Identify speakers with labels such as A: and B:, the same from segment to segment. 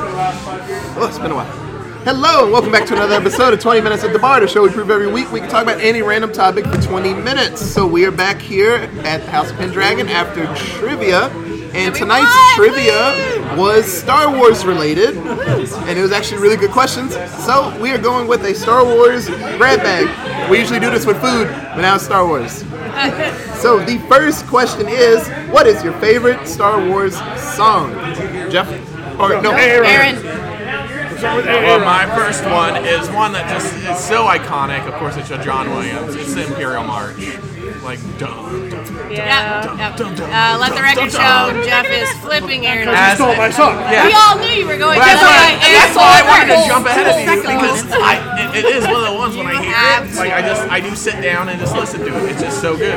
A: Oh, it's been a while. Hello, and welcome back to another episode of 20 Minutes at the Bar, the show we prove every week we can talk about any random topic for 20 minutes. So we are back here at the House of Pendragon after trivia, and tonight's trivia was Star Wars related, and it was actually really good questions. So we are going with a Star Wars grab bag. We usually do this with food, but now it's Star Wars. So the first question is, what is your favorite Star Wars song? Jeff, or no,
B: Aaron.
C: Well, my first one is one that just is so iconic. Of course, it's a John Williams. It's the Imperial March. Like, dum, dum.
B: Yeah. yeah. Uh, let the record show Jeff is flipping Aaron.
C: As-
D: stole my song.
C: Yeah.
B: We all knew you were going
C: But that's
B: to
C: why,
B: Aaron.
C: that's why I wanted to
B: first.
C: jump ahead of you
B: Second
C: because
B: one.
C: I, it, it is one of the ones when I hear
B: have
C: it, like I just I do sit down and just listen to it. It's just so good.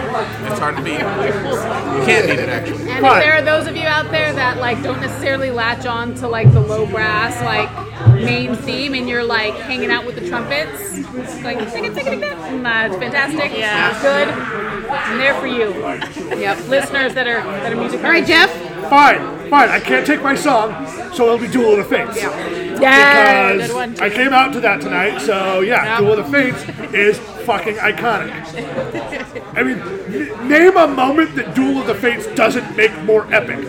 C: It's hard to beat. You can't beat it actually.
E: And if there are those of you out there that like don't necessarily latch on to like the low brass like main theme, and you're like hanging out with the trumpets, like tick it, tick it, tick it. Mm, uh, it's fantastic.
B: Yeah.
E: it's good. I'm there for you. Yep, listeners that are that are music.
D: All right, Jeff. Fine, fine. I can't take my song, so it'll be Duel of the Fates.
E: Yeah,
D: Because
E: good one.
D: I came out to that tonight, so yeah, Duel of the Fates is fucking iconic. I mean, n- name a moment that Duel of the Fates doesn't make more epic.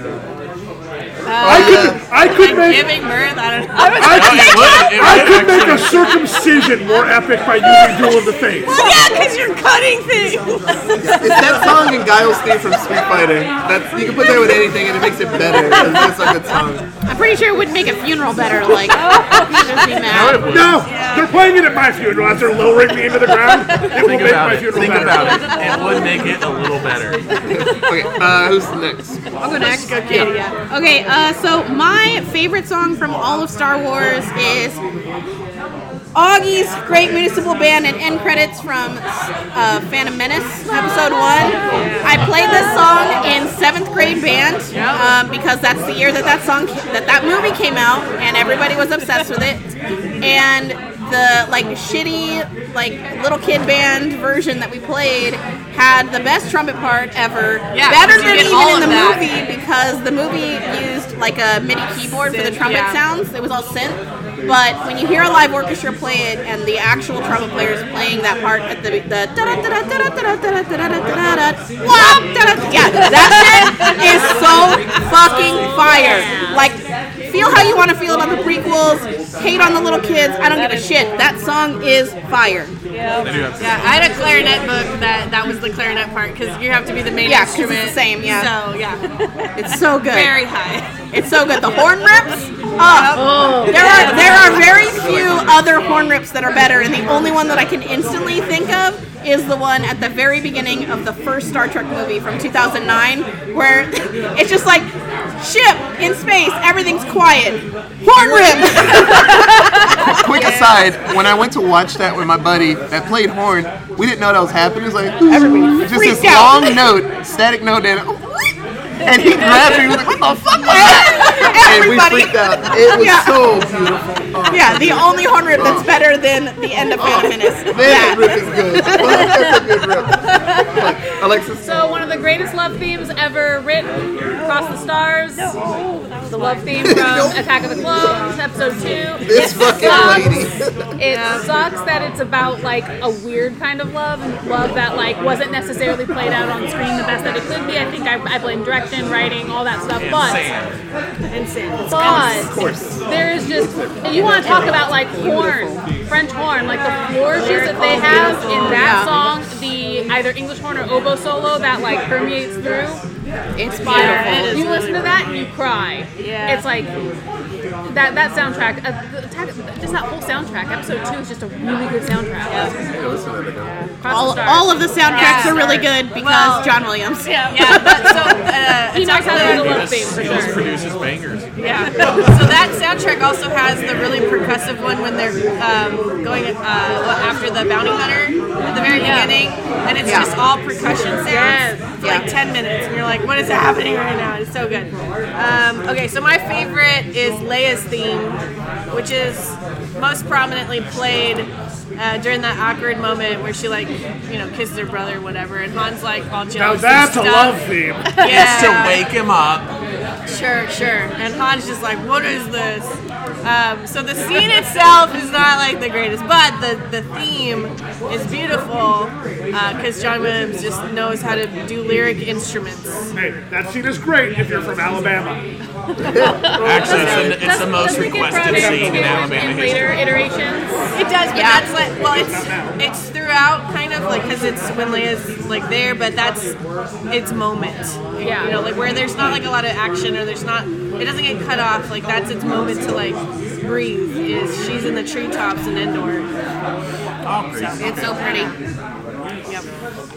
E: Uh,
D: I could, I could
B: Like
D: make,
B: giving birth, I don't know.
D: I
C: Oh, it
D: could,
C: would. It
D: I
C: would
D: could make a
C: actually.
D: circumcision more epic by using Duel of the Fates.
B: yeah, because you're cutting things.
A: It's that song in Guile's theme from Street Fighter. That's you can put that with anything and it makes it better. It's just a good song.
B: I'm pretty sure it would make a funeral better. Like, oh, you just be mad.
C: It would.
D: No, they're playing it at my funeral after lowering me into the ground. It will
C: Think
D: make
C: about it.
D: my funeral
C: Think
D: better.
C: about it. It would make it a little better.
A: Okay, uh, who's next?
B: I'll go next. Okay, yeah. Okay, uh, so my favorite song from all of Star Wars is Augie's Great Municipal Band and end credits from uh, Phantom Menace, Episode 1. I played this song in seventh grade band um, because that's the year that that song, that that movie came out, and everybody was obsessed with it. And the like shitty like little kid band version that we played had the best trumpet part ever.
E: Yeah,
B: better
E: you
B: than
E: get
B: even
E: all
B: in the
E: of that.
B: movie because the movie used like a MIDI keyboard for the
E: Synth,
B: trumpet
E: yeah.
B: sounds. It was all synth. But when you hear a live orchestra play it and the actual trumpet players playing that part at the the Wah! Da-da- yeah, that shit is so fucking fire. Like feel how you want to feel about the prequels, hate on the little kids, I don't give a shit. That song is fire.
C: They do have
B: Yeah,
E: I had a clarinet book that that was the clarinet part because you have to be the main
B: Yeah, 'cause it's the
E: instrument.
B: same, yeah.
E: So yeah,
B: It's so good.
E: very high.
B: It's so good. The horn rips. Oh, there are there are very few other horn rips that are better, and the only one that I can instantly think of is the one at the very beginning of the first Star Trek movie from 2009, where it's just like ship in space, everything's quiet, horn rip.
A: Quick aside, when I went to watch that with my buddy that played horn, we didn't know that was happening. It was like just this
B: freaked out.
A: long note, static note, and and he grabbed me. He was like, "What the fuck was that?" And we
B: Everybody.
A: freaked out. It was
B: Yeah.
A: so beautiful.
B: Yeah, the only horn rip that's better than the end of Phantom Menace.
A: Man, that
B: That.
A: rip is good. That's a good rip. Alexis,
E: So one of the greatest love themes ever written, Across the Stars. the love theme from
A: Nope.
E: Attack of the Clones, Episode Two.
A: this
E: It
A: fucking
E: sucks.
A: lady.
E: It sucks that it's about like a weird kind of love, and love that like wasn't necessarily played out on screen the best that it could be. I think I, I blame direction, writing, all that stuff. But
C: Sand.
E: but there is just and you want to talk about like horn, French horn, like the flourishes that they have in
B: Yeah.
E: that song, the either English horn or oboe solo that like permeates through.
B: It's
E: Yeah, you listen to that, you cry.
B: Yeah.
E: It's like that that soundtrack, uh, the attack, just that whole soundtrack. Episode two is just a really good soundtrack. Across
B: All,
E: the
B: all of the soundtracks
E: Yeah.
B: are really good because
E: Well-
B: John Williams.
E: yeah.
F: Yeah, but so uh,
E: He knows how to do the love
C: Just,
E: theme for
C: just
E: sure.
C: produces bangers.
F: yeah. So that soundtrack also has the really percussive one when they're um, going uh, what, after the bounty hunter at the very beginning, and it's just all percussion sounds
E: Yes.
F: for like ten minutes, and you're like, what is happening right now? It's so good. Um, okay, so my favorite is Leia's theme, which is most prominently played. Uh, during that awkward moment where she like, you know, kisses her brother, or whatever, and Han's like all jealous.
D: Now
F: and
D: that's a
F: stuff.
D: love theme.
F: Yeah.
C: Just to wake him up.
F: Sure, sure. And Han's just like, what is this? Um, so the scene itself is not like the greatest, but the, the theme is beautiful because John Williams just knows how to do lyric instruments.
D: Hey, that scene is great if you're from Alabama.
C: Actually, it's, the- it's the
E: Doesn't-
C: most
E: doesn't it get brought
C: requested
E: into
C: scene in
E: it
C: Alabama
E: in
C: history.
E: later iterations.
F: It does, but that's like, well, it's it's throughout kind of like because it's when Leia's like there, but that's its moment.
E: Yeah.
F: You know, like where there's not like a lot of action or there's not, it doesn't get cut off. Like that's its moment to like breathe. Is she's in the treetops in Endor.
A: Oh,
B: It's so pretty.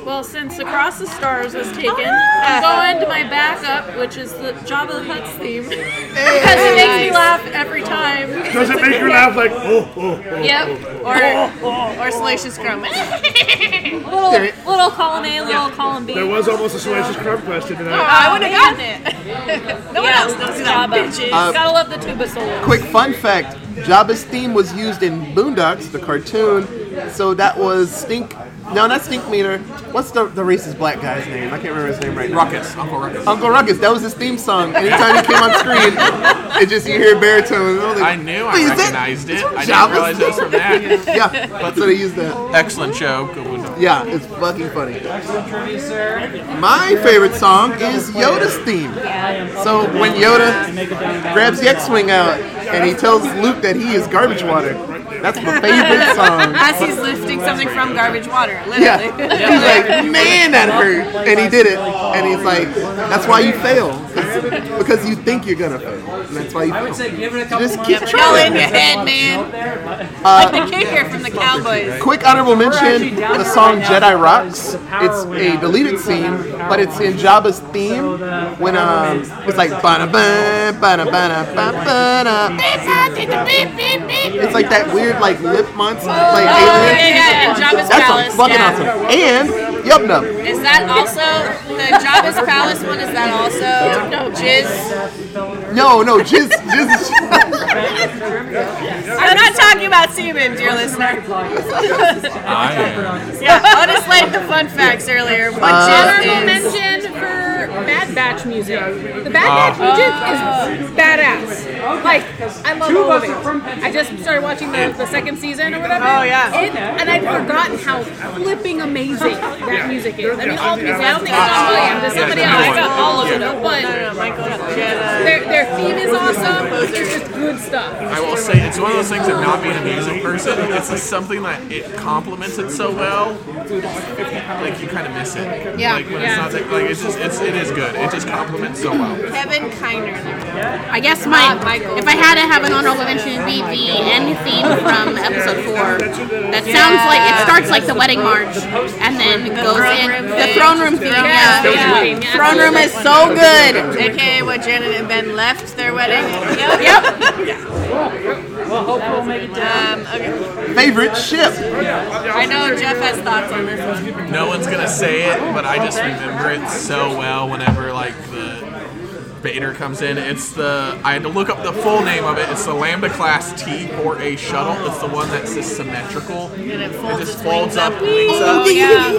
G: Well, since Across the Stars was taken,
E: Oh,
G: I'm going to my backup, which is the Jabba the Hutt's theme. because it makes me laugh every time.
D: Does it make you laugh like, oh, oh, oh?
G: Yep.
A: Oh,
F: Or Salacious Crumb.
G: Little, little column A, little column B.
D: There was almost a salacious crumb question tonight.
F: I would have gotten it. no one
G: Yeah,
F: else knows who that
G: Jabba.
F: bitch is.
G: Gotta love the tuba solo.
A: Quick fun fact Jabba's theme was used in Boondocks, the cartoon. So that was Stink. No, not Stink Meter. What's the, the racist black guy's name? I can't remember his name right now.
C: Ruckus, Uncle Ruckus.
A: Uncle Ruckus, that was his theme song. Anytime he came on screen, it just you hear baritone. I, was like,
C: I knew
A: "Wait, is
C: I
A: that-
C: recognized
A: it's
C: it.
A: from
C: I
A: Jabba's
C: didn't realize it was from that.
A: Yeah, but so they used that.
C: Excellent show. Good one.
A: Yeah, it's fucking funny. My favorite song is Yoda's theme. So when Yoda grabs the X-wing out and he tells Luke that he is garbage water, that's my favorite song.
F: As he's lifting something from garbage water,
A: Yeah,
F: literally.
A: he's like, man, that hurt, and he did it, and he's like, that's why you fail, 'Cause- because you think you're gonna fail, and that's why you fail. Just keep
F: Go
A: trying.
F: in your head, man. like the kicker from the Cowboys.
A: Quick honorable mention: the song "Jedi Rocks." It's a deleted scene, but it's in Jabba's theme when um, it's like bana bana bana bana bana. It's like that weird like lip monster like alien.
F: Oh, yeah, and Jabba's
A: That song's fucking awesome. And Yub Nub.
F: Is that also the Jabba's Palace one? Is that also no jizz?
A: No, no, jizz, jizz.
F: I'm not talking about semen, dear listener.
C: I am.
F: Yeah, Otis laid the fun facts earlier. What
B: Uh,
E: Honorable
F: jizz is?
E: mention for Bad Batch music. The Bad Batch music
B: Uh.
E: is badass. Like, I love all of it. I just started watching the, the second season or whatever.
F: Oh, yeah.
E: It, and I'd forgotten how flipping amazing that music is. I mean, all the music. I don't think it's William. There's somebody else. I got all of them. But their, their theme is awesome. It's just good stuff.
C: I will say it's one of those things of not being a music person. It's just something that it complements it so well. Like you kind of miss it.
B: Yeah.
C: Like when
E: Yeah.
C: it's not like, like it's just it's it is good. It just complements so well.
F: Kevin Kiner.
B: I guess my if I had to have an honorable mention, it'd be the end theme from episode four. That sounds like it starts like the wedding march, and then goes in the throne room theme. Yeah,
E: Yeah. Yeah.
B: throne room is so good.
F: AKA what Janet and Ben left their wedding. Yep. Um, okay.
A: Favorite ship.
F: I know Jeff has thoughts on this one.
C: No one's gonna say it, but I just remember it so well whenever like the Vader comes in. It's the I had to look up the full name of it. It's the Lambda Class T or A shuttle. It's the one that's just symmetrical.
F: it
C: It
F: folds
C: just
F: its
C: folds
F: wings
C: up,
F: up.
C: wings up.
F: Oh, yeah.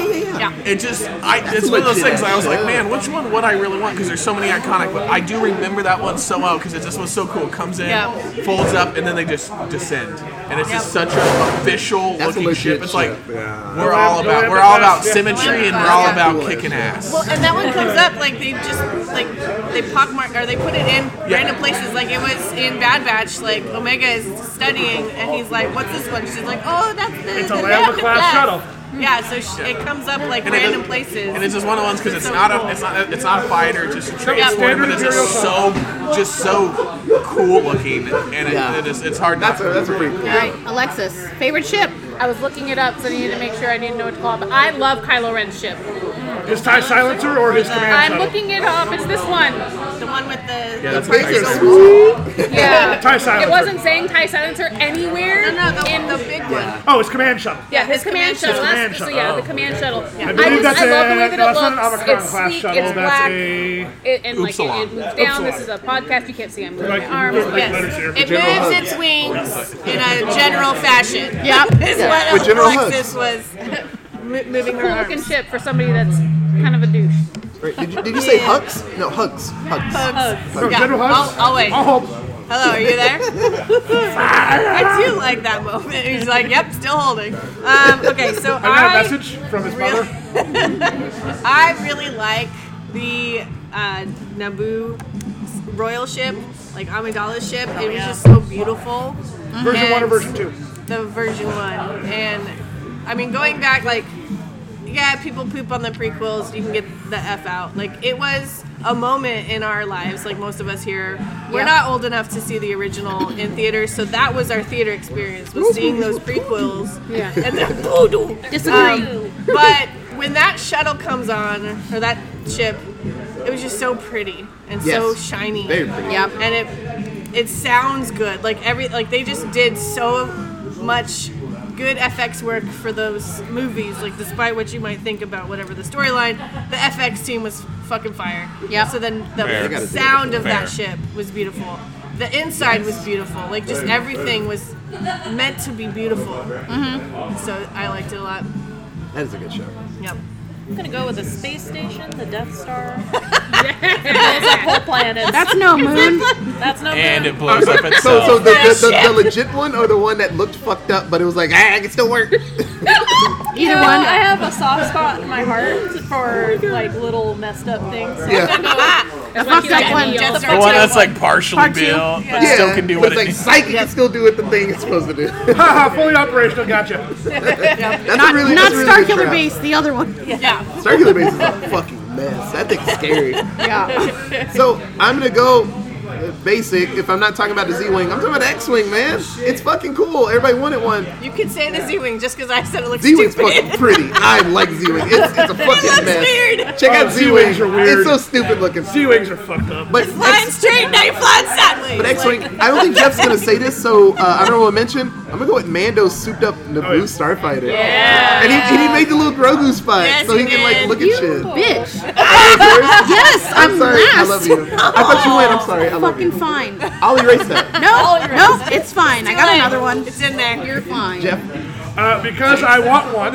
C: It just, I, it's one of those things. I was like, man, which one would I really want? Because there's so many iconic, but I do remember that one so well because it just was so cool. It comes in,
F: Yeah.
C: folds up, and then they just descend, and it's just such an official
A: That's a
C: looking
A: legit
C: ship. It's like
A: ship, yeah.
C: we're all about we're all about symmetry and we're all
F: Yeah.
C: about kicking ass.
F: Well, and that one comes up like they just like they pockmark or they put it in
C: Yeah.
F: random places. Like it was in Bad Batch. Like Omega is studying and he's like, "What's this one?" She's like, "Oh, that's the
D: It's a
F: the
D: Lambda
F: Lambda
D: class shuttle.
F: Yeah, so she, it comes up like
C: And it
F: random
C: is-
F: places.
C: And it's just one of the ones because it's not a it's not a, it's not a fighter, it's just a transporter, but it's just so just so cool looking, and it,
A: Yeah.
C: it is, it's hard.
A: That's a
C: not to-
A: that's a pretty cool.
B: All right, Alexis, favorite ship.
E: I was looking it up, so I needed to make sure I didn't know what to call it. But I love Kylo Ren's ship.
D: His tie silencer or his command
E: I'm
D: shuttle?
E: looking it up. It's this one.
F: the one with the
C: yeah, that's
A: Big
C: what I
A: and
C: said.
A: swoop.
E: Yeah.
D: Tie silencer.
E: It wasn't saying Tie Silencer anywhere.
F: no, no, the,
E: in
F: the big one.
D: Oh, his command shuttle.
E: Yeah, his command shuttle.
D: command
E: That's- so
D: shuttle.
E: yeah,
D: Oh.
E: the command shuttle. I,
D: believe
E: just,
D: that's
E: I love the
D: a-
E: way
D: no,
E: that it
D: that's not an
E: looks.
D: Omicron
E: It's
D: class
E: sleek.
D: shuttle,
E: It's
D: that's
E: black.
D: a-
E: It, and like it,
C: Upsilon.
E: it moves down.
D: Upsilon.
E: This is a podcast. You can't see. I'm moving
D: Like,
E: my arms.
D: like
E: Yes.
D: letters here.
F: It moves its wings in a general fashion. Yep, is what
A: With General
F: Alexis was mo- moving her
E: Cool looking
F: arms.
E: ship for somebody that's kind of a douche.
A: Right. Did you, did you say hugs? No, hugs. Hugs.
D: No,
F: Yeah.
D: General Hux,
F: I'll- I'll wait.
D: I'll help.
F: Hello, are you there? I do like that moment. He's like, yep, still holding. Um, okay, so
D: I got
F: I-
D: a message from his
F: Really?
D: mother.
F: I really like the uh, Naboo royal ship, like Amidala's ship. It was just so beautiful.
D: Version one or
F: And
D: version two?
F: The version one, and I mean, going back, like, yeah, people poop on the prequels. You can get the f out. Like, it was a moment in our lives. Like most of us here, we're not old enough to see the original in theaters, so that was our theater experience was seeing those prequels. Yeah, and then um, but when that shuttle comes on, or that ship, it was just so pretty and so
A: Yes.
F: shiny.
A: Very pretty.
H: Yep.
F: And it it sounds good. Like every like they just did so much good FX work for those movies. Like despite what you might think about whatever the storyline, the FX team was fucking fire.
H: Yep.
F: So then the
C: Fair. They
A: gotta do
F: sound of
C: Fair.
F: that ship was beautiful. The inside was beautiful. Like just everything was meant to be beautiful.
H: Mm-hmm.
F: So I liked it a lot.
A: That is a good show.
F: Yep.
E: I'm gonna go with the space station, the Death Star. Blows up whole planets.
H: That's no moon.
E: That's no
C: And
E: moon.
C: it blows up
A: So, so
C: itself.
A: the, the, the, the legit one or the one that looked fucked up, but it was like, ah, I can still work.
E: You
H: Either
E: know,
H: one.
E: I have a soft spot in my heart for like little messed up things. So
A: Yeah.
E: I'm gonna go with
H: The fucked up one.
E: the
C: The one that's
E: first
C: like partially
H: Part two.
C: built, but
A: yeah.
C: still can do
A: It's
C: what it
A: like,
C: needs.
A: psych, you can still do what the thing is supposed to do. that's
D: Haha, fully operational, gotcha.
A: a
H: Not,
A: really,
H: not
A: that's a really
H: Star
A: good
H: Killer
A: trap.
H: Base, the other one.
A: Circular base is a fucking mess. That thing's scary. Yeah. So I'm gonna go uh, basic. If I'm not talking about the Z-wing, I'm talking about the X-wing, man. It's fucking cool. Everybody wanted one.
F: You could say the Z-wing just because I said it looks
A: Z-wing's
F: stupid.
A: fucking pretty. I like Z-wing. It's, it's a fucking
F: looks
A: mess.
F: weird.
A: Check out
D: Oh,
A: Z-wing.
D: Z-wings are weird.
A: It's so stupid looking.
D: Sea wings are fucked up.
A: But
F: Flying
A: X-
F: straight, now you're flying sideways.
A: but X-wing. I don't think Jeff's gonna say this, so uh, honorable mention. I'm gonna go with Mando's souped up Naboo
D: Oh, yeah.
A: starfighter. Yeah. And he, and he made the little Grogu spot,
F: Yes,
A: so he
F: he
A: can like
F: did.
A: look at shit.
H: Bitch.
A: yes,
H: I'm
A: sorry. I
H: last.
A: love you. I thought you went. I'm sorry. I love
H: Fucking
A: you.
H: fine.
A: I'll erase that.
H: No, no, it's fine. I got another one.
F: It's in there.
H: You're fine.
A: Jeff,
D: Uh, because I want one,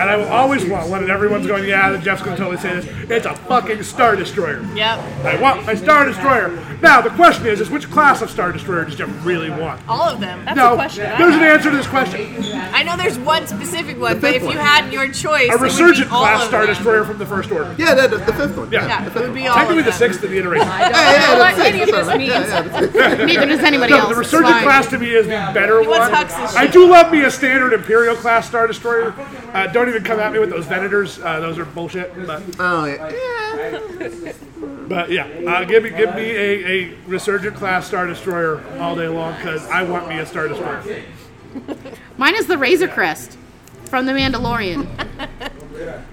D: and I will always want one, and everyone's going, yeah, the Jeff's going to totally say this. It's a fucking Star Destroyer.
F: Yep.
D: I want my Star Destroyer. Now, the question is, is which class of Star Destroyer does Jeff really want?
F: All of them.
D: no,
E: question.
D: there's an answer to this question.
F: I know there's one specific one, but
A: fifth
F: if you
A: one.
F: had your choice,
D: A
F: it would be
D: resurgent
F: all
D: class
F: of
D: Star
F: them.
D: Destroyer from the First Order.
A: yeah, that, the fifth one.
D: Yeah.
F: Yeah, it would be all
D: Technically
F: of
D: the
F: them.
D: sixth in the iteration.
A: Yeah, yeah,
E: what
A: that's
E: any of
A: it.
E: this means.
A: Yeah, yeah, that's it.
H: Neither does anybody
D: No,
H: else.
D: the
H: It's
D: resurgent
H: fine.
D: class to me is the better
F: wants
D: one.
F: Hux's
D: I
F: shit.
D: do love me a standard Imperial class Star Destroyer. Uh, don't even come at me with those Venators. Uh, those are bullshit. But,
A: Oh, yeah.
D: but yeah, uh, give me give me a, a resurgent class Star Destroyer all day long because I want me a Star Destroyer.
H: Mine is the Razor Crest from The Mandalorian.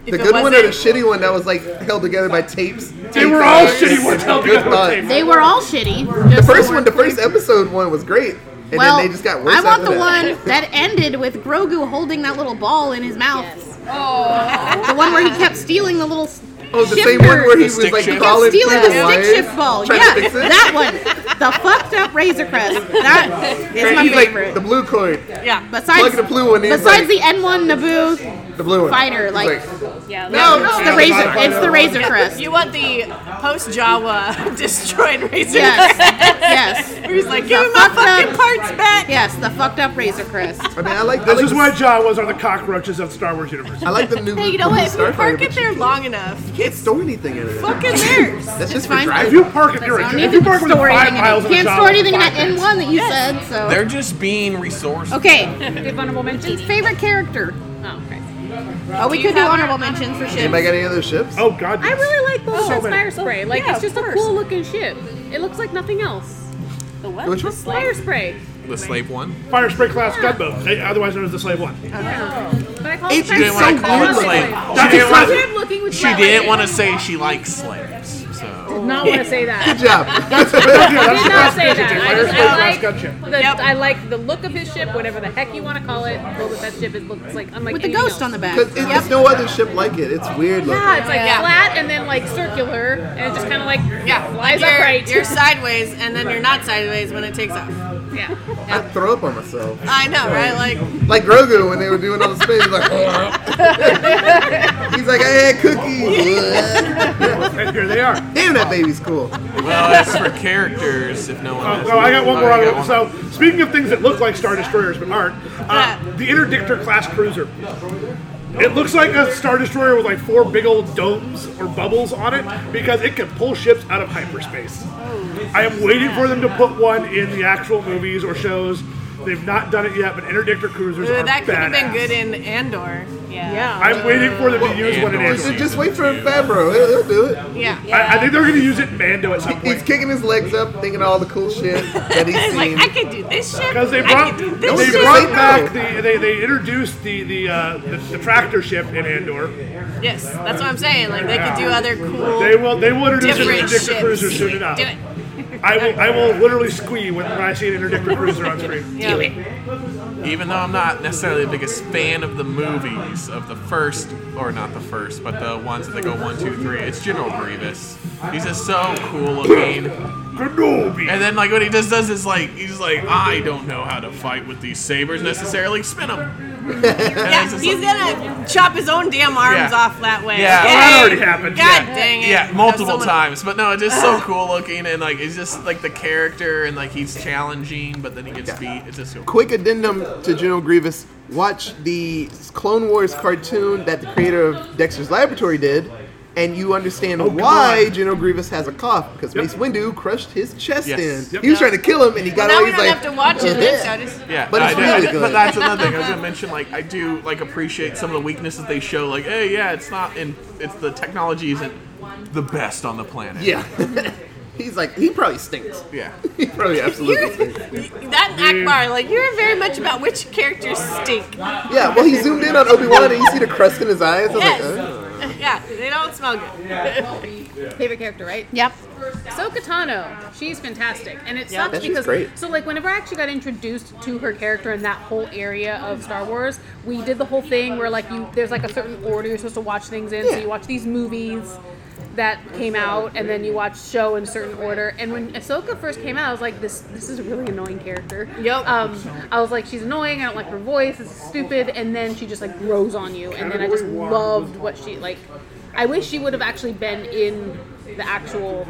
A: The
F: it
A: good one or the
F: wasn't-
A: shitty one that was like held together by tapes.
D: They were all shitty ones held
A: Good
D: together by
A: thought.
D: tape.
H: They were all shitty. just
A: The
H: they
A: first one,
H: weren't
A: the first
H: clear.
A: episode one was great, and
H: well,
A: then they just got worse.
H: I want
A: after
H: the
A: that.
H: one that ended with Grogu holding that little ball in his mouth. Oh. The one where he kept stealing the little.
A: Oh, the same one where he was
C: stick
A: like
C: shift.
A: crawling through
H: stealing the
A: the
H: stick
A: wires,
H: shift ball.
A: trying
H: yeah,
A: to fix it.
H: that one. The fucked up Razor Crest. That is
A: And
H: my
A: he's
H: favorite.
A: like the blue cord,
F: Yeah. But
H: besides
A: plug the blue one in, like-
H: besides the N1 Naboo,
A: the blue one.
H: Fighter,
A: He's
H: like-
E: Yeah,
A: no,
E: that's-
A: no,
H: the Razor. It's the Razor Crest.
F: you want the post Jawa destroyed razor?
H: Yes, yes,
F: Where he's like,
H: The
F: give me my
H: fucked up-
F: fucking parts back.
H: yes. The fucked up Razor Crest.
A: I mean, I like I
D: This
A: like-
D: is why Jawas are the cockroaches of the Star Wars universe.
A: I like the new.
F: Hey, you know
A: the new
F: what? If you
A: Starfighter,
F: park it
A: but
F: there long enough,
A: you can't store anything in it.
F: fucking theirs.
A: That's just
H: fine.
A: for
D: If
A: driving.
D: you park it, you're
H: I
D: a
H: don't
D: if
H: need
D: you
H: to
D: park within
H: store
D: five
H: anything.
D: miles of a
H: Can't
D: Jawa,
H: store anything in
D: five
H: that N one that you said. So
C: They're just being resourceful.
H: okay.
E: Good vulnerable mentions.
H: Favorite character.
E: Oh, okay.
H: Oh, we could do honorable mentions for ships.
A: Anybody got any other ships?
D: Oh god.
E: I
D: yes.
E: really like the
D: So
E: little
D: many.
E: spire spray. Like
B: Yeah,
E: it's just
B: of
E: a
B: course.
E: cool looking ship. It looks like nothing else.
B: The
F: Oh.
B: what?
A: Which one?
E: Spire spray.
C: The slave one.
D: Fire spray class gunboat, eh, otherwise known as the slave one.
E: But I call
A: It
E: it spire
C: She
A: It's
E: spray.
C: didn't want
A: so
C: to call it
A: good.
C: slave. She
D: That's
C: didn't
D: exactly-
C: want
E: Weird looking with
C: She
E: flat
C: didn't
E: legs.
C: want to say she likes slaves. So
E: did not want to say that.
A: Good job.
E: I did not say
D: That's-
E: that. I
D: that's-
E: just
D: that's-
E: I
D: that's-
E: like the I like the look of his ship, whatever the heck you want to call it. Well, that ship it looks like unlike
B: With the
E: anything
B: ghost
E: else.
B: on the back.
A: 'Cause it- There's no other ship like it. It's weird looking.
E: Yeah, it's like
F: Yeah.
E: flat and then like circular, and it just kind of like yeah flies
F: you're,
E: upright.
F: you're sideways, and then you're not sideways when it takes off.
E: yeah.
A: I'd throw up on myself.
F: I know, right? Like,
A: Like Grogu when they were doing all the space. He's like, he's like, I had cookies.
D: And here they are.
A: Damn, that baby's cool.
C: Well, as for characters, if no one.
D: Oh,
C: has
D: no, I got one more.
C: Oh, you
D: On
C: got
D: it. So, speaking of things that look like Star Destroyers but aren't, uh, the Interdictor class cruiser. It looks like a Star Destroyer with like four big old domes or bubbles on it because it can pull ships out of hyperspace.
F: Oh.
D: I am waiting for them to put one in the actual movies or shows. They've not done it yet, but Interdictor cruisers are
F: that could have been
D: badass.
F: good in Andor. Yeah.
E: Yeah.
D: I'm waiting for them to use one in
C: Andor.
A: So
D: Andor.
A: just wait for Fabro. He'll, he'll do it.
F: Yeah.
D: I, I think they're going to use it in Mando at some
A: He's
D: point.
A: kicking his legs up, thinking all the cool shit that he's
F: Like,
A: seen.
F: I could do this ship.
D: Because they
F: I
D: brought
F: could do
D: they
F: this ship.
D: brought
A: ship.
D: back the they, they introduced the the, uh, the the tractor ship in Andor.
F: Yes, that's what I'm saying. Like, they could do other cool.
D: They will they will introduce an
F: Oh, Different
D: interdictor
F: ships.
D: cruiser soon enough.
F: Do it.
D: I will I will literally squee when, when I see an interdictor cruiser on screen.
F: Yeah.
D: uh,
C: one. Even though I'm not necessarily the biggest fan of the movies, of the first, or not the first, but the ones that they go one, two, three, it's General Grievous. He's just so cool looking.
D: Kenobi.
C: And then, like, what he just does is, like, he's like, I don't know how to fight with these sabers necessarily. Spin them.
F: Yeah, he's gonna chop his own damn arms
C: Yeah.
F: off that way.
C: Yeah.
D: Well, Oh, that already happened.
F: God
D: Yeah.
F: dang it.
C: Yeah,
F: That's
C: multiple
F: someone-
C: times. But no, it's just so cool looking, and like it's just like the character, and like he's challenging, but then he gets beat. It's just so cool.
A: Quick addendum to General Grievous. Watch the Clone Wars cartoon that the creator of Dexter's Laboratory did, and you understand why General Grievous has a cough because
D: Oh, Yep.
A: Mace Windu crushed his chest
C: Yes.
A: in.
D: Yep.
A: He was trying to kill him, and he got
F: Now
A: all
F: we
A: he's
F: don't
A: like,
F: have to watch it.
A: "Uh-huh."
F: So I just,
C: Yeah,
A: But
C: I
A: it's
C: did- I
A: really
C: did-
A: good.
C: But that's another thing I was gonna mention. Like, I do like appreciate some of the weaknesses they show. Like, hey, yeah, it's not in. It's the technology isn't the best on the planet.
A: Yeah. he's like, he probably stinks.
C: Yeah.
A: He probably absolutely
F: You're-
A: stinks.
F: that and Akbar, like you're very much about which characters stink.
A: Yeah, well, he zoomed in on Obi Wan and you see the crust in his eyes. I was
F: Yes.
A: like, "Uh."
F: Yeah, they don't smell good.
E: favorite character, right?
B: Yep.
E: So Katano, she's fantastic, and it sucks
A: Yeah, she's
E: because
A: great.
E: so like whenever I actually got introduced to her character in that whole area of Star Wars, we did the whole thing where like you there's like a certain order you're supposed to watch things in. So
A: Yeah.
E: you watch these movies that came out, and then you watch show in certain order. And when Ahsoka first came out, I was like, this this is a really annoying character.
F: Yep.
E: Um, I was like, she's annoying. I don't like her voice. It's stupid. And then she just like grows on you, and then I just
D: Category one.
E: loved what she like. I wish she would have actually been in the actual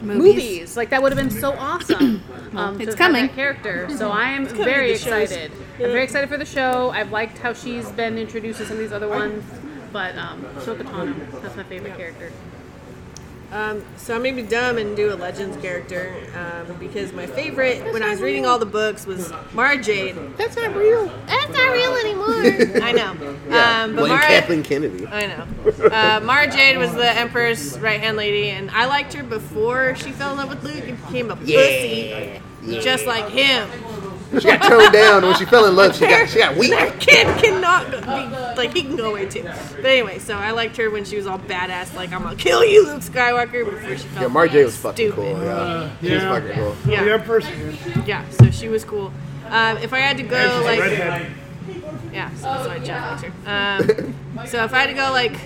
E: movies. Like that would have been so awesome. Um, to
B: It's
E: have had
B: coming.
E: That character. So I am very excited. I'm very excited for the show. I've liked how she's been introduced to some of these other ones. But um, Ahsoka Tano, that's my favorite character.
F: So I'm gonna be dumb and do a Legends character um, because my favorite when I was reading all the books was Mara Jade. That's not real. That's not real anymore. I know. Um, but
A: Blame
F: Mara,
A: Kathleen Kennedy.
F: I know. Uh, Mara Jade was the Emperor's right hand lady, and I liked her before she fell in love with Luke and became a pussy, just like him.
A: She got toned down when she fell in love. She got, she got weak.
F: Their kid cannot go- be like he can go away too. But anyway, so I liked her when she was all badass, like I'm gonna kill you, Luke Skywalker. Before she felt
A: Yeah, Mara J was fucking
F: stupid.
A: cool. Yeah, she was
D: yeah.
A: fucking cool.
F: Yeah.
D: The Empress.
F: Yeah, so she was cool. Um, if I had to go
D: She's a
F: like
D: redhead.
F: yeah, so that's why Jeff liked her. Um, so if I had to go like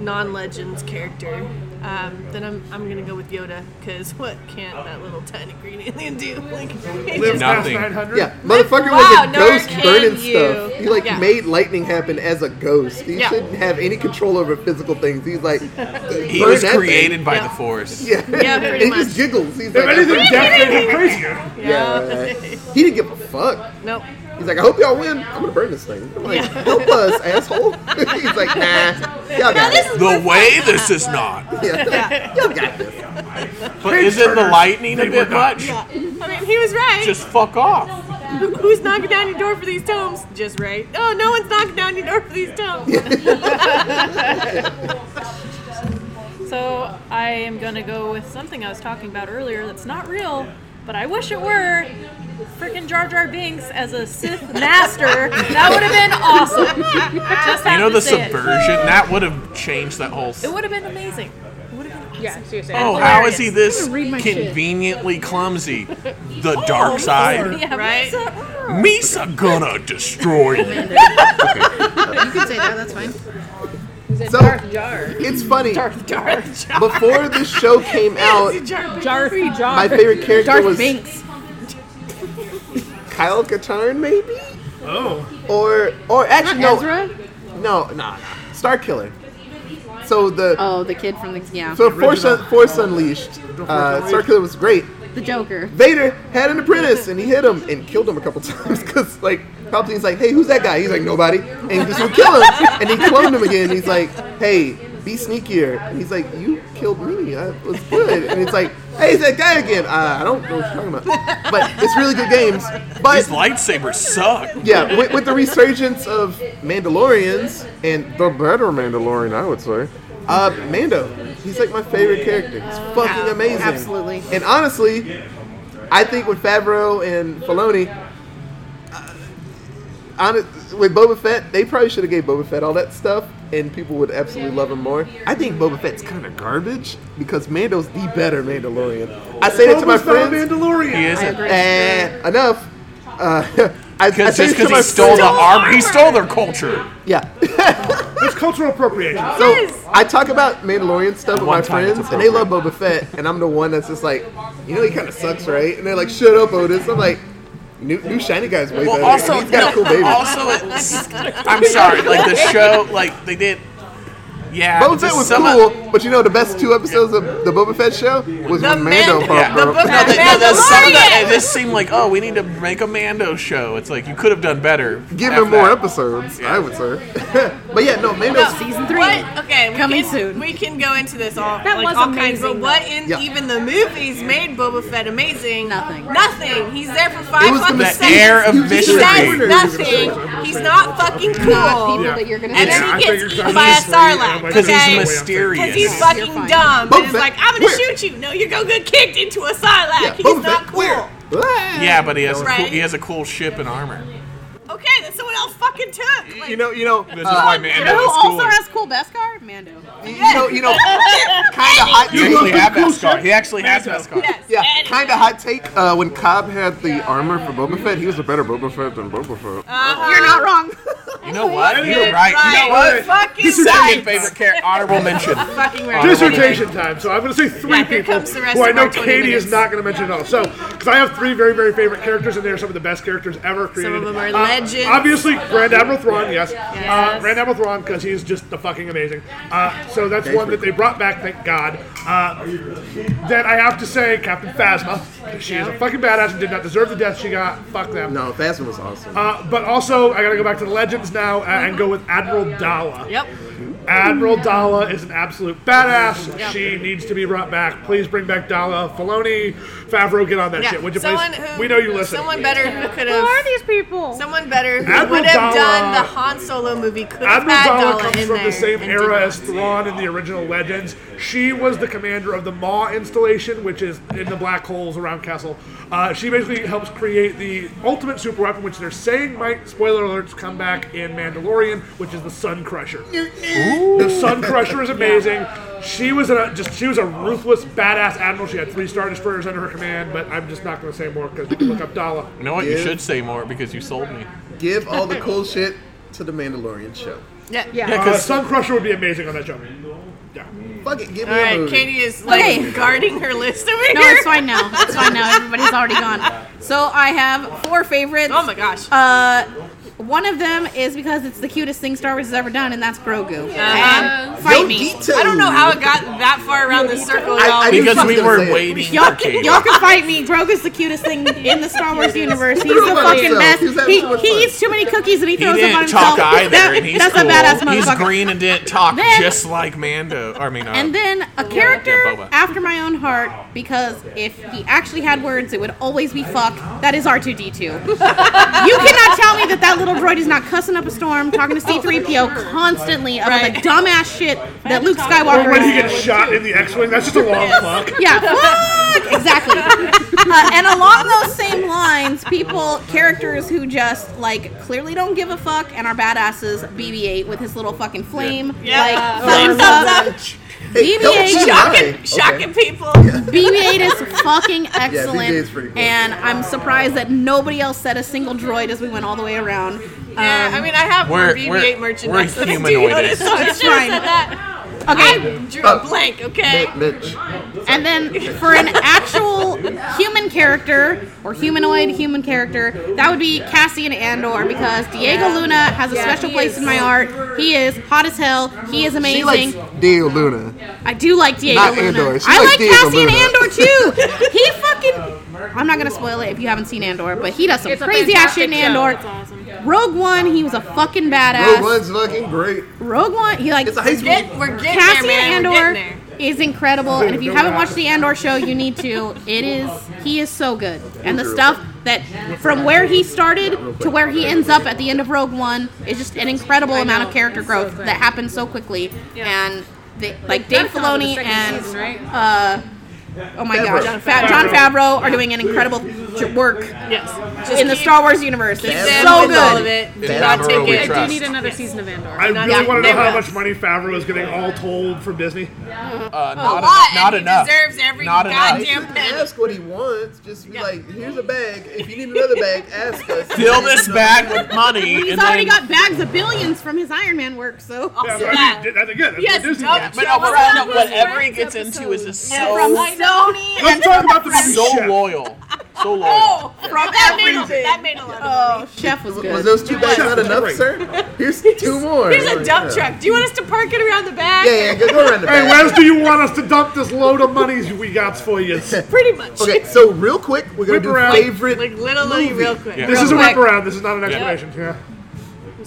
F: non-legends character, um, then I'm, I'm gonna go with Yoda because what can't that little tiny green alien do? Like he
D: Lives
F: just-
D: past
C: Nothing.
D: 900.
A: Yeah, motherfucker
F: Wow,
A: was a
F: nor
A: ghost
F: can
A: burning
F: you.
A: stuff. He like
F: Yeah.
A: made lightning happen as a ghost. He
F: Yeah.
A: shouldn't have any control over physical things. He's like,
C: He
A: burn
C: was
A: that thing.
C: created by
F: Yeah.
C: the Force.
A: Yeah,
F: Yeah,
A: And
F: pretty
A: he just
F: much.
A: giggles. He's
D: If
A: like,
D: anything, Death made him crazier.
A: yeah. he didn't give a fuck.
F: Nope.
A: He's like, I hope y'all win. I'm gonna burn this thing. I'm like, help us, asshole. He's like, nah, y'all got
F: This
A: it.
F: is
C: The way this is not.
A: Yeah. y'all got this.
C: But isn't the lightning a bit much?
F: I mean, he was right.
C: Just fuck off.
F: Who- Who's knocking down your door for these tomes? Just right. Oh, no one's knocking down your door for these tomes.
I: So I am gonna go with something I was talking about earlier that's not real, but I wish it were. Freaking Jar Jar Binks as a Sith master. That would have been awesome. Just
C: You
I: have
C: know
I: to
C: the
I: say it.
C: subversion that would have changed that whole. s-
I: It would have been amazing. It would have been
F: Yeah, seriously.
C: Oh, how is he this
E: I'm gonna read my shit. Oh,
C: conveniently clumsy? The dark side.
I: Yeah,
F: Right?
C: Misa gonna destroy you.
H: You can say that. That's fine.
A: So it's funny. Before this show came out,
E: Jarfy Jar.
A: my favorite character
B: Darth
A: was
B: Binks.
A: Kyle Katarn, maybe,
D: Oh.
A: or or actually no,
B: Ezra?
A: no, no, no, Star Killer. So the
B: Oh, the kid from the yeah.
A: so Force Force Unleashed, uh, Star Killer was great.
B: the Joker.
A: Vader had an apprentice and he hit him and killed him a couple times because like Palpatine's like, hey, who's that guy? He's like, nobody, and he just would kill him. And he cloned him again. He's like, hey, be sneakier. And he's like, you killed me. I was good. And it's like, hey, it's that guy again. Uh, I don't know what you're talking about, but it's really good games. But
C: These lightsabers suck.
A: yeah, with, with the resurgence of Mandalorians and the better Mandalorian, I would say. Uh, Mando, he's like my favorite character. He's fucking amazing.
B: absolutely.
A: And honestly, I think with Favreau and Filoni, uh, honest, with Boba Fett, they probably should have gave Boba Fett all that stuff, and people would absolutely love him more. I think Boba Fett's kind of garbage because Mando's the better Mandalorian. I say that to my
D: Boba's not a
A: friends.
D: Mandalorian.
C: He isn't.
A: Eh, enough. Uh, I, I
C: Cause,
A: say
C: just
A: this to
C: because
A: my
C: he stole
A: friends.
C: the armor, he stole their culture.
A: Yeah.
D: It's cultural appropriation.
A: So I talk about Mandalorian stuff with my
C: one time it's
A: friends, and they love Boba Fett, and I'm the one that's just like, you know, he kind of sucks, right? And they're like, shut up, Otis. I'm like, new, new shiny guy's way
C: Well,
A: better.
C: also,
A: he's got a cool baby.
C: also, it's, I'm sorry. Like the show, like they did. Yeah,
A: Boba Fett
C: the
A: was
C: some of-
A: cool, but you know, the best two episodes of the Boba Fett show was when Mando
F: Mando-
A: popped
C: Yeah.
A: up.
F: The Boba
C: No, the, no,
F: Fett
C: the, some of that, it just seemed like, oh, we need to make a Mando show. It's like you could have done better.
A: Give
C: after
A: him more
C: that.
A: episodes, I would say. but yeah, no, Mando's
B: Season three.
F: What? Okay, we
B: Coming
F: can,
B: soon.
F: We can go into this all
E: That
F: like,
E: was
F: all kinds.
E: amazing,
F: But what in
A: Yeah.
F: even the movies made Boba Fett amazing?
B: Nothing.
F: Nothing. He's there for five
A: It was the
F: fucking
A: The
F: seconds.
C: air of
F: he
C: mystery.
F: says nothing. He's not fucking cool.
B: People that you're gonna
F: And
B: say.
F: then
D: I
F: he
D: figured
F: gets
D: something
F: eaten by a
D: was right. I'm
F: Sarlacc.
D: like,
C: Because
F: okay?
C: he's
F: Because he's
C: mysterious.
F: fucking
B: fine.
F: dumb.
A: Boba
F: And it's
A: Fett,
F: like, I'm gonna
A: where-
F: shoot you. No, you're gonna get kicked into a Sarlacc.
A: yeah,
F: he's
A: Boba
F: not
A: Fett.
F: cool.
A: Where? Ah.
C: Yeah, but he has a cool,
F: Right?
C: he has a cool ship and armor.
F: Okay, that someone else fucking took. Like,
A: You know, you know,
C: This is
A: uh,
C: why
B: Who
C: Mando is cool.
B: also has cool Beskar? Mando.
A: you know, you know, kind of hot.
C: You actually have Beskar. He actually has Beskar.
F: yes.
A: Yeah,
F: and-
A: kind of hot take. Uh, when Cobb had the armor for Boba Fett, he was a better Boba Fett than Boba Fett.
B: You're not wrong.
C: You know what? You're
F: You're
C: right. You know what?
F: Fucking
C: Second
F: right.
C: favorite character, honorable mention.
F: Fucking right.
D: Dissertation time. So I'm going to say three
F: Yeah, here
D: people
F: comes the rest
D: who I
F: of
D: know
F: our 20
D: Katie is
F: minutes.
D: not going to mention at all. So, because I have three very, very favorite characters, and they are some of the best characters ever created.
F: them are
D: Uh,
F: legends.
D: Obviously, Grand Admiral Thrawn, yes. Uh, Grand Admiral Thrawn, because he's just the fucking amazing. Uh, so that's one that they brought back, thank God. Uh, then I have to say Captain Phasma. She is a fucking badass and did not deserve the death she got. Fuck them.
A: No, Phasma was awesome.
D: Uh, but also, I gotta go back to the legends now uh, and go with Admiral Dala. Yep. Admiral Dala is an absolute badass. She needs to be brought back. Please bring back Dala. Filoni, Favreau, get on that shit. Would you
F: someone
D: please?
F: who
D: we know you listen.
F: Someone better who could
E: Who are
F: have.
E: these people?
F: Someone better who
D: Admiral
F: would
D: Dala-
F: have done the Han Solo movie could have
D: Admiral
F: had
D: Dala
F: Dala
D: comes
F: in
D: from
F: there.
D: the same
F: and
D: era
F: did
D: as Thrawn in the original Legends. She was the commander of the Maw installation, which is in the black holes around Kessel. Uh, she basically helps create the ultimate super weapon, which they're saying might, spoiler alerts, come back in Mandalorian, which is the Sun Crusher. The Sun Crusher is amazing. She was a just she was a ruthless badass admiral. She had three star destroyers under her command, but I'm just not going to say more because look up Dala.
C: You know what? You
A: Yeah.
C: should say more because you sold me.
A: Give all the cool shit to the Mandalorian show.
D: Uh, Sun Crusher would be amazing on that show. Yeah.
A: Fuck it, give me
F: All
A: a
F: right,
A: movie.
F: Katie is like
B: Okay.
F: guarding her list over
B: No,
F: here.
B: it's fine now. It's fine now. Everybody's already gone. So I have four favorites.
F: Oh my gosh.
B: Uh, one of them is because it's the cutest thing Star Wars has ever done, and that's Grogu.
F: Uh,
B: And fight me.
A: Yodito.
F: I don't know how it got that far around the circle at
A: I-
F: all.
A: I knew
C: Because
A: she was
C: we
A: gonna
C: were
A: say it.
C: waiting
B: Y'all
C: for
B: can,
C: Katie.
B: y'all can fight me. Grogu's the cutest thing in the Star Wars universe. He's
A: threw
B: a
A: him on
B: fucking
A: himself.
B: mess.
A: He was having
B: He,
A: too much
B: he
A: fun.
B: eats too many cookies and he
C: He
B: throws them on
C: didn't
B: himself.
C: talk either,
B: That-
C: and he's
B: that's
C: cool.
B: a badass
C: He's
B: motherfucker.
C: green and didn't talk,
B: Then-
C: just like Mando. Or, I mean, uh,
B: And then a character
C: Yeah, Boba.
B: after my own heart because if he actually had words, it would always be fuck. That is R2D2. you cannot tell me that that little droid is not cussing up a storm, talking to C3PO constantly about the dumbass shit that Luke Skywalker
D: When he
B: is.
D: gets shot in the X-wing, that's just a long fuck.
B: Yeah, fuck! Exactly. Uh, and along those same lines, people, characters who just, like, clearly don't give a fuck and are badasses, BB 8 with his little fucking flame. Like, thumbs up. BB-8
F: Shocking, shocking people.
B: BB-8 is fucking excellent,
A: BB-8 is pretty cool.
B: and I'm surprised that nobody else said a single droid as we went all the way around.
F: Yeah, I mean, I have more
C: We're-
F: BB-8
C: we're-
F: merchandise.
C: we're
F: than I do
C: humanoid.
F: own, so I
B: It's
F: should've
B: fine.
F: said that.
B: Okay,
F: I drew
D: Uh,
F: a blank. Okay.
A: Mitch.
B: and then for an actual human character or humanoid human character, that would be Cassian Andor because Diego Luna has a special place in my heart. He is hot as hell. He is
A: She
B: amazing.
A: likes Dio Luna.
B: I do like Diego
A: Not
B: Luna.
A: Andor. She
B: I
A: likes
B: like
A: Diego
B: Cassian
A: Luna.
B: Andor too. He fucking. I'm not gonna spoil it if you haven't seen Andor, but he does some
E: It's a
B: crazy ass shit in
E: fantastic show.
B: Andor.
E: It's awesome.
B: Rogue One, he was a fucking badass.
A: Rogue One's fucking great.
B: Rogue One, he like
A: It's a high school.
F: Get, we're getting
B: Cassian
F: there, man. We're
B: Andor
F: getting
B: is incredible, and if you haven't watched the Andor show, you need to. It is he is so good, and the stuff that from where he started to where he ends up at the end of Rogue One is just an incredible amount of character growth that happens so quickly, and the, like Dave
E: That's on the
B: Filoni
E: second
B: and
E: season, right?
B: uh, oh my
A: Favreau.
B: gosh, Fa- John Favreau are doing an incredible j- work
F: Yes.
B: in the Star Wars universe. It's
A: them
B: so
A: with
F: All of
B: good.
F: it. Do
A: Bad
F: not
C: Andor
F: take
C: we
F: it.
C: trust.
E: I do need another season of Andor.
D: I really
B: yeah,
D: want to know
F: they
D: how
F: will.
D: much money Favreau is getting all told from Disney.
C: Uh,
F: A
C: not,
F: lot,
C: en- not
F: and
C: enough.
F: He deserves every
C: Not enough.
F: goddamn
A: Shouldn't
F: penny.
A: Ask what he wants. Just be like, here's a bag. If you need another bag, ask us.
C: Fill this bag with money.
B: He's
C: and
B: already
C: then,
B: got bags of billions from his Iron Man work, so.
D: Yeah,
F: Also
D: but I
F: that.
D: mean, that's again, that's
F: Yes,
D: what Disney
F: no,
D: gets.
C: But around
E: was
C: whatever
E: the
C: he gets
E: first
C: into is just
E: episode.
C: so
F: Sony and
D: Let's talk about the movie
C: so
D: Chef.
C: loyal. So loyal.
F: Oh, that made, a, that made a lot of
B: Oh, Chef was
A: Was
B: good.
A: those two bags not
D: That's
A: enough,
D: great.
A: sir? Here's two more.
F: Here's a dump truck. Do you want us to park it around the back?
A: Yeah, yeah, go go around the
D: Hey,
A: back.
D: where do you want us to dump this load of monies we got for you? This
F: Pretty much.
A: Okay, so real quick, we're gonna
D: Whip
A: do
D: around.
A: favorite.
F: Like literally
A: movie.
F: real quick.
C: Yeah.
F: Real
D: is a whip
F: quick.
D: around. This is not an explanation. Yeah.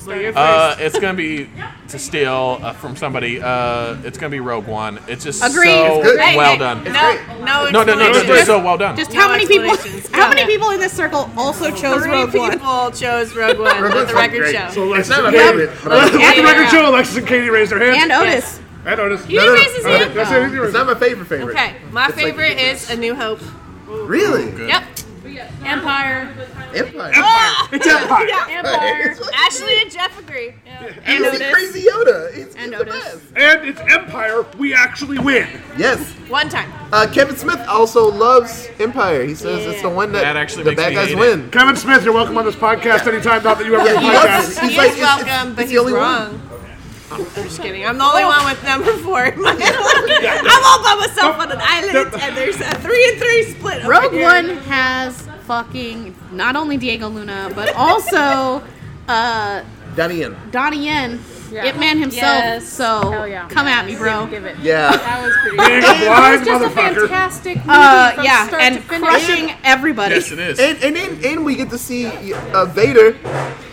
F: Well, you're
C: Uh, it's gonna be to steal uh, from somebody. Uh, it's gonna be Rogue One. It's just
B: Agreed.
C: so
A: It's good.
F: Hey,
C: Oh, well
F: hey,
C: done.
F: No, no,
C: No, no, no,
F: explanation.
C: just, just so well done.
B: Just how
F: No
B: many people?
F: explanations.
B: How many
F: Yeah.
B: people in this circle also chose
F: Three
B: Rogue One?
F: people chose Rogue One
A: Rogue
F: at
A: One's
F: the record
A: great.
F: show.
D: So Alexis
A: not
D: and
A: my
D: Katie-
A: favorite, but I
D: Alexis- At the
F: Yeah.
D: record show, Alexis and Katie raised their
B: And
D: hands.
B: Otis.
D: I noticed.
E: You didn't raise his hand.
D: That's it. you
A: It's
D: raised-
A: not my favorite favorite.
F: okay, my
A: It's like-
F: favorite is A New Hope.
C: Oh,
A: Really?
F: Yep.
E: Empire.
A: Empire.
F: Ah!
D: It's Empire.
E: Empire.
A: It's like-
F: Ashley and Jeff agree.
A: you see Crazy Yoda. It's, it's the best.
D: And it's Empire. We actually win.
A: Yes.
F: One time.
A: Uh, Kevin Smith also loves Empire. He says it's the one that,
C: That actually
A: the
C: makes
A: bad
C: me
A: guys
C: hate it.
A: win.
D: Kevin Smith, you're welcome on this podcast anytime. Not that you ever
A: Yeah,
D: did a
A: he
D: podcast.
A: loves it.
F: He
A: Oh He's
F: is
A: like, it's-
F: welcome,
A: it's
F: but
A: the
F: he's
A: only one.
F: wrong. I'm just kidding. I'm the only one with number four. in my- I'm all by myself on an island, and there's a three and three split. over
B: Rogue
F: here.
B: One has fucking not only Diego Luna but also uh,
A: Donnie Yen.
B: Donnie Yen, Ip Man himself.
E: Yes.
B: So
F: oh,
E: Hell yeah.
B: come at me, bro.
E: Give it.
A: Yeah.
E: That was pretty.
D: Being a blind
E: That was just a
D: motherfucker.
E: fantastic movie
B: Uh,
E: from
B: yeah,
E: start to
B: and
E: finish.
B: crushing everybody.
C: yes, it is.
A: And and then and we get to see uh, Vader,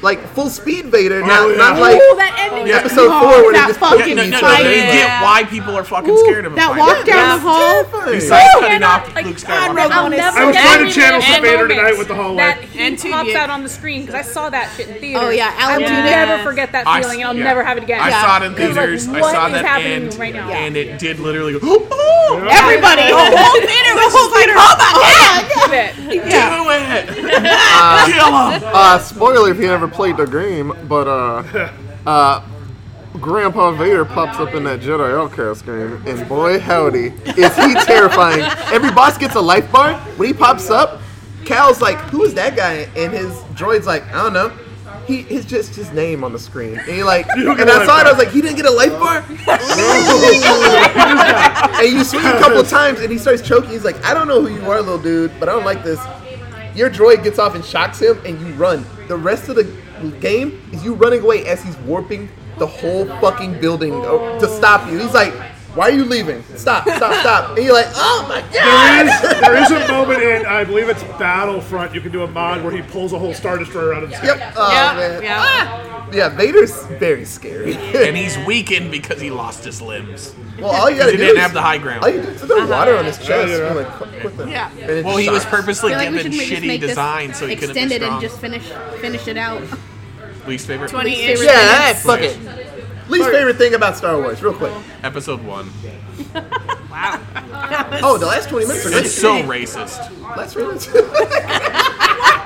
A: like full speed Vader, not,
C: Oh, yeah.
A: not like
B: Ooh, that ending.
C: Yeah.
A: episode
B: Oh,
A: four where they
B: that
A: just
B: fucking
A: poking
C: no,
A: each
C: no, no,
B: fight.
C: they
A: other.
C: get why people are fucking
B: Ooh,
C: scared of him.
B: that walk down the hall.
C: Besides
B: Woo!
C: cutting off
E: Like,
C: Luke
E: God,
C: Skywalker.
E: I'll never
D: I was
E: forget
D: trying to
E: that
D: channel some
E: moment
D: Vader tonight with the hallway.
E: That he
F: And two
E: pops
F: years.
E: out on the screen because I saw that shit in theaters.
B: Oh, yeah, Alan
E: I will
B: Tudyk.
E: never forget that
C: I-
E: feeling, and I'll
C: yeah.
E: never have it again.
C: I
E: Yeah.
C: saw it in
E: It was like,
C: theaters. I
E: what
C: saw
E: is
C: that
E: happening
C: and,
E: right now?
C: and it did literally go, "Ooh,
B: Everybody. The whole theater was just like, oh my god.
E: Give it.
C: do it! Kill him!"
A: Uh, spoiler if you never played the game, but uh, uh, Grandpa Vader pops up in that Jedi Outcast game, and boy howdy, is he terrifying! Every boss gets a life bar. When he pops up, Cal's like, "Who is that guy?" And his droid's like, "I don't know." He it's just his name on the screen, and he like,
D: don't get
A: and
D: a
A: I
D: life
A: saw it. I
D: bar.
A: was like, "He didn't get a life bar." and you swing a couple times, and he starts choking. He's like, "I don't know who you are, little dude, but I don't like this." Your droid gets off and shocks him, and you run. The rest of the game is you running away as he's warping the whole fucking building uh, to stop you. He's like, "Why are you leaving? Stop! Stop! Stop!" And you're like, "Oh my
D: There
A: god!"
D: is, there is a moment in, I believe it's Battlefront, you can do a mod where he pulls a whole Star Destroyer out of the sky.
A: Yep. Oh,
F: Yeah,
A: man.
F: yeah.
A: Ah! yeah. Vader's very scary.
C: and he's weakened because he lost his limbs.
A: well, all you gotta
C: He
A: do
C: didn't
A: is
C: have the high ground.
A: all you do is throw water on his chest.
D: Yeah, yeah.
A: and, like, click- click them.
F: Yeah.
A: And it
C: Well,
A: just
C: he was
A: shocks.
C: purposely
B: feel like we
C: given
B: should maybe just
C: shitty
B: make
C: design
B: this
C: so he couldn't
B: extend
C: be
B: it and
C: strong.
B: just finish finish it out.
C: Least favorite.
F: 20 inch.
A: Yeah, that fuck it. Least
C: Oh,
A: favorite thing about Star Wars, real quick.
C: Episode one.
A: Oh, the last 20 minutes are
C: It's
A: nice.
C: so racist.
A: Last 20 minutes.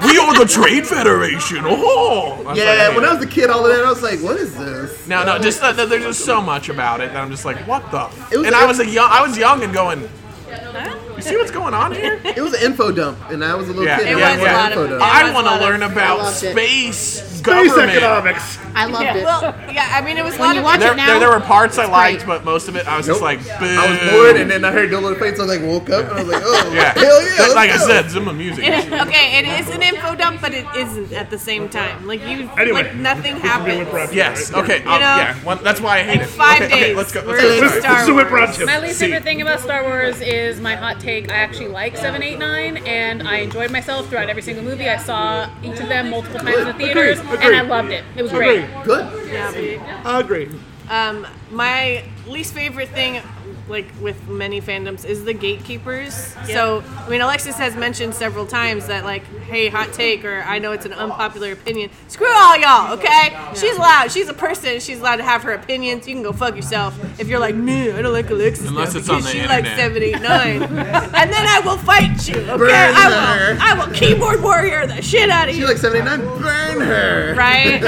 C: We are for the Trade Federation. Oh, I was
A: Yeah,
C: like,
A: when I was a kid, all of that, I was like, what is this?
C: no, no, just that, that there's just so much about it that I'm just like, what the? F-?
A: It was-
C: and I was a young, I was young and going, you see what's going on here?
A: It was an info dump, and I was a little
C: Yeah,
A: kid.
C: yeah,
A: and
C: yeah.
A: I was an info dump.
C: I want to learn about
H: loved it.
C: space
D: Space
C: government.
D: economics.
H: I loved it.
F: Well, yeah, I mean, it was a
H: when
F: lot
H: you
F: of
H: watch
C: There,
H: it now,
C: there, there were parts I liked,
H: great.
C: but most of it I was just like, boo.
A: I was bored, and then I heard Dolo the Fates. I was like, woke up, and I was like, oh,
C: yeah,
A: hell yeah.
C: But
A: let's
C: like I
A: go.
C: said, Zimba music.
F: okay, it is an info dump, but it isn't at the same time. Like you,
D: Anyway.
F: like nothing
D: Doing
F: happens.
D: prep.
C: Yes. Okay. Um,
F: know,
C: yeah. One, that's why I hate it.
F: five
C: okay, Okay.
F: days,
C: Let's go.
F: we're
C: Let's go. sorry.
F: in Star
D: Let's do it, Brad.
E: My least
C: See.
E: favorite thing about Star Wars is my hot take. I actually like 7, 8, 9, and I enjoyed myself throughout every single movie. I saw each of them multiple times in the theaters,
D: Agreed,
E: and I
D: agreed.
E: loved it. It was
D: Agreed.
E: great.
A: Good.
D: Agree.
F: Um, my least favorite thing, like with many fandoms, is the gatekeepers. So, I mean, Alexis has mentioned several times that, like, hey, hot take, or I know it's an unpopular opinion. Screw all y'all, okay? She's allowed. She's a person. She's allowed to have her opinions. You can go fuck yourself if you're like, man, I don't like Alexis. now
C: Unless it's
F: because
C: on the
F: she
C: internet.
F: likes 789. and then I will fight you, okay?
A: Burn her.
F: I will, I will keyboard warrior the shit out of
A: She
F: you,
A: like 79. Burn her.
F: right?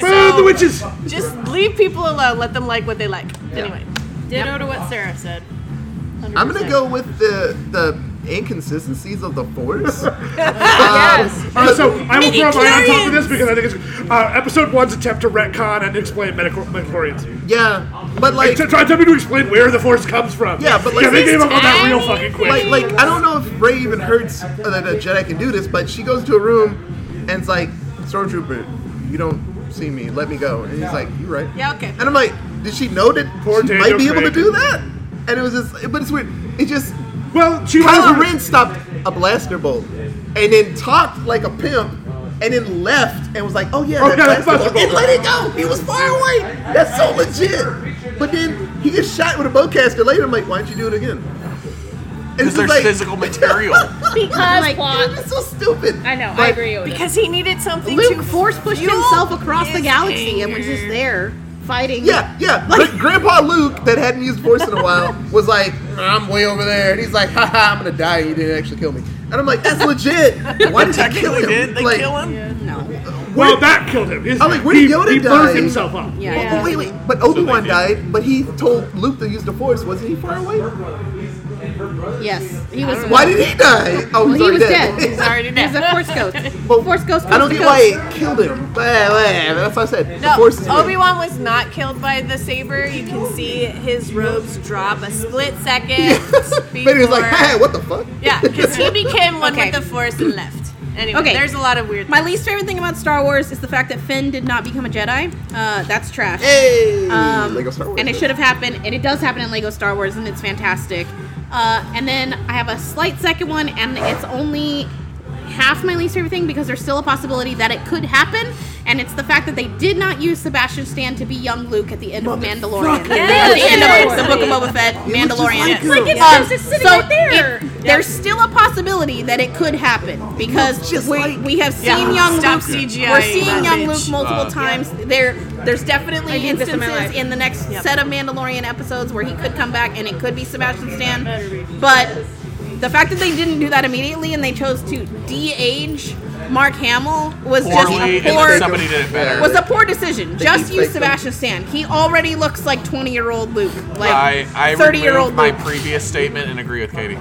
D: Burn the witches.
A: Uh,
F: Just leave people alone. Let them like what they like. Anyway.
I: Ditto to what Sarah said.
A: I'm gonna go with the the inconsistencies of the force.
D: Uh, so I will throw mine on top of
F: Midi-chlorians.
D: this because I think it's uh, episode one's attempt to retcon and explain medical midichlorians.
A: yeah, but like,
D: Like, try to tell me to explain where the force comes from.
A: Yeah, but like-
D: yeah, they
A: This
D: gave up on that
E: tiny
D: real fucking quick.
A: like, like I don't know if Ray even heard uh, that a Jedi can do this, but she goes to a room and it's like, stormtrooper, you don't see me. Let me go. And he's like, you right.
F: Yeah, okay.
A: And I'm like, did she know that
D: Poor
A: she
D: Daniel
A: might be able to
D: Craig.
A: do that? And it was just, but it's weird. It just
D: well, she
A: Kylo
D: was-
A: Ren stopped a blaster bolt and then talked like a pimp and then left and was like, oh yeah,
D: Oh,
A: that
D: yeah,
A: blaster
D: that's
A: bolt.
D: blaster
A: And
D: bolt.
A: let it go. He was far away. That's so legit. But then he gets shot with a bowcaster later. I'm like, why don't you do it again? And
C: Because
A: it's
C: there's
A: like-
C: physical material.
E: Because
H: Like,
E: plot.
A: That's so stupid.
E: I know, I
A: But
E: agree with
F: Because he needed something
A: Luke
F: to
A: force
H: pushed
F: fuel
H: himself across the
F: his
H: galaxy and
F: anger.
H: was just there fighting.
A: Yeah, yeah.
H: Like-
A: Gr- Grandpa Luke, that hadn't used force in a while, was like, I'm way over there. And he's like, haha, I'm going to die. You didn't actually kill me. And I'm like, that's legit. Why did they kill
C: Technically,
A: him?
C: did they
A: like,
C: kill him?
D: Well, that killed him. His,
A: I'm like, where
D: he,
A: did Yoda
D: he
A: die?
D: birthed himself up.
H: Yeah.
A: Well, but wait, wait. But Obi Wan died, but he told Luke to use the Force. Wasn't he far away?
H: Yes. He was.
A: Why did he die? Oh,
H: Well,
A: he's
H: he
A: already
H: was dead.
A: dead.
H: already dead. He was a force ghost.
A: But
H: Force ghost.
A: I don't
H: ghost
A: get
H: ghost.
A: why it killed him. Blah, blah. That's what I said. The
F: No,
A: Force is
F: Obi
A: weird.
F: Wan was not killed by the saber. You can see his robes drop a split second.
A: But he was like, hey, what the fuck?
F: yeah, because he became one
B: Okay.
F: with the Force and left. Anyway,
B: Okay.
F: there's a lot of weird.
B: My least favorite thing about Star Wars is the fact that Finn did not become a Jedi. Uh, that's trash.
A: Eh. Hey!
B: Um,
A: Lego Star Wars.
B: and it should have happened, and it does happen in Lego Star Wars, and it's fantastic. Uh, and then I have a slight second one, and it's only half my least favorite thing because there's still a possibility that it could happen, and it's the fact that they did not use Sebastian Stan to be young Luke at the end of Mandalorian. At the end of the Book of Boba Fett,
A: looks just
B: Mandalorian.
A: like him. Like, it's
B: Um,
E: just sitting
B: so
E: right there.
B: it- there's still a possibility that it could happen because
A: just
B: we,
A: like-
B: we have seen
F: Yeah,
B: young
F: stop
B: Luke.
F: CGI
B: We're seeing
F: that
B: young
F: bitch.
B: Luke multiple
C: Uh,
B: times. There, there's definitely
E: need this in my
B: instances
E: life.
B: in the next set of Mandalorian episodes where he could come back and it could be Sebastian Stan. But the fact that they didn't do that immediately and they chose to de-age Mark Hamill was just
C: Poorly,
B: a
C: and then
B: poor
C: somebody did it better.
B: was a poor decision. Just
A: keep
B: use
A: faking.
B: Sebastian Stan. He already looks like 20 year old Luke,
C: I, I
B: like 30 year old
C: removed my
B: Luke.
C: previous statement and agree with Katie.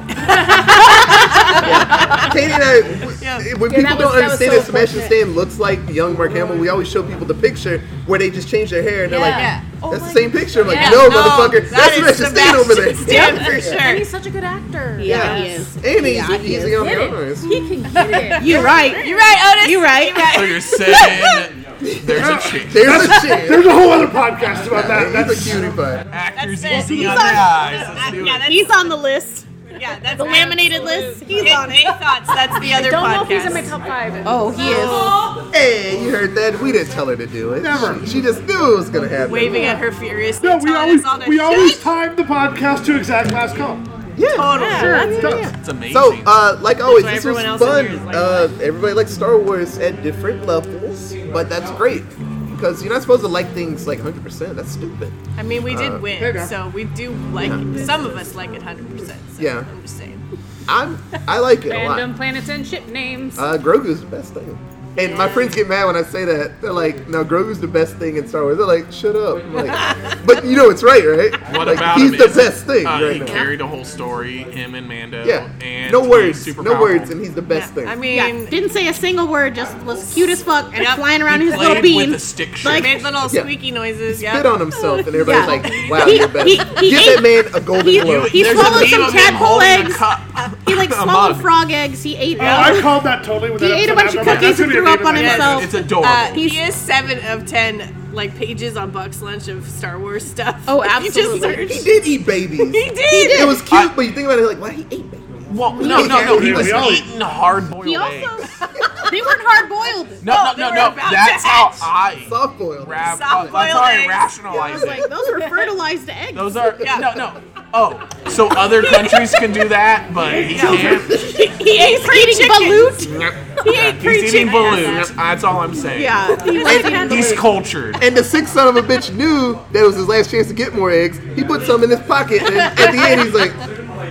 A: Katie and I, w- when people
E: Yeah, that
A: don't
E: was- that was
A: understand
E: so
A: that Sebastian
E: unfortunate.
A: Stan looks like young Mark Hamill, we always show people the picture where they just change their hair and they're like,
E: Yeah.
A: that's the same picture. I'm like,
E: Yeah.
A: no,
F: No,
A: motherfucker,
F: that
A: that's
F: is
A: Sebastian Stan over there.
F: Stan for
E: And
F: sure.
E: he's such a good actor.
A: Yeah,
H: he is.
A: And he's,
H: Yeah, he
A: he's
H: is.
A: a young
E: Get it.
A: artist.
E: He can get it.
B: You're right.
F: You're right, Otis.
B: You're right.
C: So you're saying there's a chance.
A: There's a shit.
D: There's a whole other podcast about that.
A: That's a
D: That's
A: cutie pie.
C: Actors
F: That's it.
C: easy on the eyes. Let's do
F: Uh, Yeah,
C: it.
F: that's,
B: He's on the list.
F: yeah, that's
B: The laminated list. He's on it.
F: Any thoughts? That's the other
E: Don't
F: podcast.
E: know if he's in my top five.
B: Oh, he is.
A: Hey, you heard that? We didn't tell her to do it.
D: Never.
A: She, she just knew it was gonna happen.
F: Waving at her furiously.
D: no. We
F: telling
D: always
F: us all to
D: we
F: shut
D: always time the podcast to exact last call.
A: Yeah.
D: Sure, does.
C: It's amazing.
A: So, uh, like always,
F: why
A: this was
F: everyone else in
A: fun.
F: here is like
A: uh, everybody likes Star Wars at different levels, but that's great because you're not supposed to like things like 100%. That's stupid.
F: I mean, we did
D: there you
F: win,
D: go.
F: so we do like some of us like it 100. percent so
A: Yeah.
F: I'm just saying.
A: I'm I like it a lot.
E: Random planets and ship names.
A: Uh, Grogu's the best thing. And my friends get mad when I say that. They're like, "No, Grogu's the best thing in Star Wars." They're like, "Shut up!" I'm like, but you know it's right, right?
C: What
A: like,
C: about
A: he's
C: him
A: the
C: is,
A: best thing
C: Uh, he
A: right now.
C: carried a whole story, him and Mando.
A: Yeah,
C: and
A: no
C: he's
A: words,
C: super
A: no words,
C: powerful.
A: and he's the best thing.
F: I mean,
B: Yeah, didn't say a single word. Just was cute as fuck, and
F: Yep.
B: flying around
C: He
B: his little
C: played
B: bean.
C: with a stick shirt.
B: Like,
F: made little
A: Yeah.
F: squeaky noises. Yeah.
A: spit on himself, and everybody's
B: Yeah.
A: like, "Wow,
B: He-
A: you're the best."
B: he- he
A: Give
B: ate-
A: that man a golden
B: he-
A: globe.
B: he
C: There's
B: swallowed
C: a meme
B: some
C: of him
B: tadpole
C: holding a
B: eggs.
C: cup.
B: he like
C: I'm
B: swallowed
C: out.
B: frog eggs. He ate.
D: Oh, I
B: them.
D: called that totally with
B: He
D: that
B: ate a
D: episode.
B: bunch of
D: I'm like,
B: cookies
D: that's
B: and
D: gonna be
B: threw
D: a
B: up
D: name
B: on
D: of my
B: himself.
F: Yes.
C: It's adorable.
F: Uh, he is seven of ten like pages on Buck's Lunch of Star Wars stuff.
B: Oh,
F: If
B: absolutely.
F: You
A: He
F: just search.
A: did eat babies.
F: He did.
A: It was cute, but you think about it, like, why he ate babies?
C: well, no, no, no. He
D: Yeah,
C: was
D: we all-
C: eating hard boiled
B: He
C: eggs.
B: also they weren't hard boiled.
C: no,
F: they
C: no, no,
F: were
C: no.
F: about
C: That's
F: to
C: how
F: hatch.
C: I
A: Soft boiled.
C: grab.
F: Soft
C: that's how
F: boiled
C: I
F: eggs.
B: I
C: rationalize
B: was
C: it.
B: like, those were fertilized eggs.
C: Those are no, no. Oh, so other countries can do that, but he can't.
B: he ate eating balut.
C: He's eating balloons. That's all I'm saying.
B: Yeah, he was eating
C: He's
B: balut.
C: cultured.
A: And the sick son of a bitch knew that it was his last chance to get more eggs. He put some in his pocket, and at the end, he's like,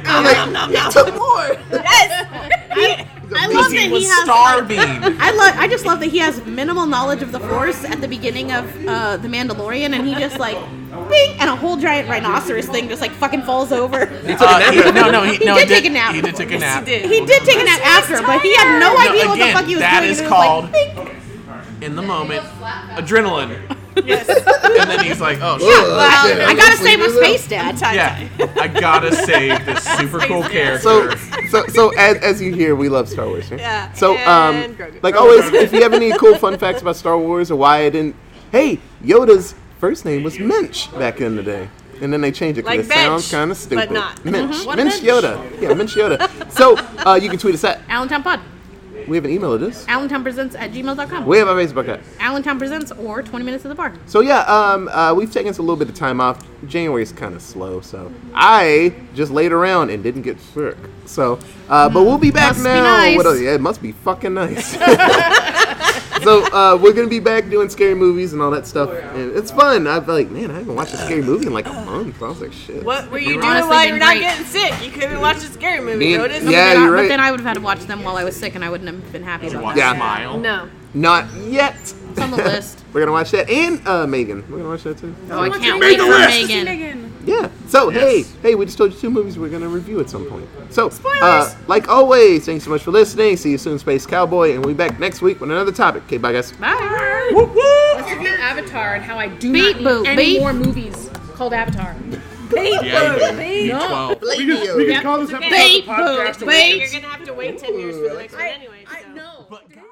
A: I'm like, "You took more.
B: I love that
C: Because he
B: he
C: was
B: has.
C: starving. Uh,
B: I love. I just love that he has minimal knowledge of the Force at the beginning of uh, the Mandalorian, and he just like, bing, and a whole giant rhinoceros thing just like fucking falls over.
C: Uh, he- no, no, he,
B: He
C: no,
B: did
C: he
B: take a nap.
C: He did take a nap.
F: did.
B: He did take a nap after, but he had no
C: No,
B: idea what the
C: again,
B: fuck he was
C: that
B: doing.
C: is
B: and it was like,
C: called-
B: bing.
C: in the moment, adrenaline. Yes. and then he's like, oh, shit.
A: Well,
B: I gotta save my space, Dad.
C: Yeah, I gotta save this super cool character.
A: So, so, so as, as you hear, we love Star Wars. Right?
F: Yeah,
A: So, um,
F: and Grogu.
A: like always, if you have any cool fun facts about Star Wars or why I didn't, hey, Yoda's first name was Minch back in the day. And then they changed it
F: Like
A: because it sounds
F: bench,
A: kind of stupid.
F: but not.
A: Minch.
F: Mm-hmm.
A: Minch Yoda. Yeah, Minch Yoda. so uh, you can tweet us at.
B: Allentownpod.
A: We have an email address.
B: Allentownpresents at gmail.com.
A: We have a Facebook at.
B: Allentown Presents or 20 Minutes at the Bar.
A: So yeah, um, uh, we've taken us a little bit of time off. January's kind of slow, so I just laid around and didn't get sick. So, uh, but we'll be back
B: Must be
A: now.
B: nice.
A: What else? Yeah, it must be fucking nice. so uh, we're gonna be back doing scary movies and all that stuff, and it's fun. I feel like, man, I haven't watched a scary movie in like a month. I was like, shit.
F: What were you doing
B: honestly
F: while
B: been
F: you're not
B: great.
F: getting sick? You could have watched a scary movie.
A: Me and- yeah,
F: Otis.
B: But then I-
A: you're
B: But
A: right.
B: then I would have had to watch them while I was sick, and I wouldn't have been happy about
C: Watch
B: that.
A: Yeah.
C: Smile.
F: No.
A: Not yet.
B: It's on the list.
A: We're gonna watch that, and uh, Megan. We're gonna watch that too.
B: Oh, I can't wait for Megan.
A: Yeah. So hey, hey, we just told you two movies we're gonna review at some point. So uh, like always, thanks so much for listening. See you soon, Space Cowboy, and we'll be back next week with another topic. Okay, bye guys.
B: Bye.
E: Let's review Avatar and how I do
B: Beep,
E: not need
B: boop,
E: any
B: beep.
E: more movies called Avatar.
C: Yeah, you, you 12.
D: We can, we can call this episode
B: Babe,
D: the podcast
B: boo,
D: Awakens.
B: babe.
F: You're gonna have to wait ten years for the next one anyway. so.
E: no.
C: But God-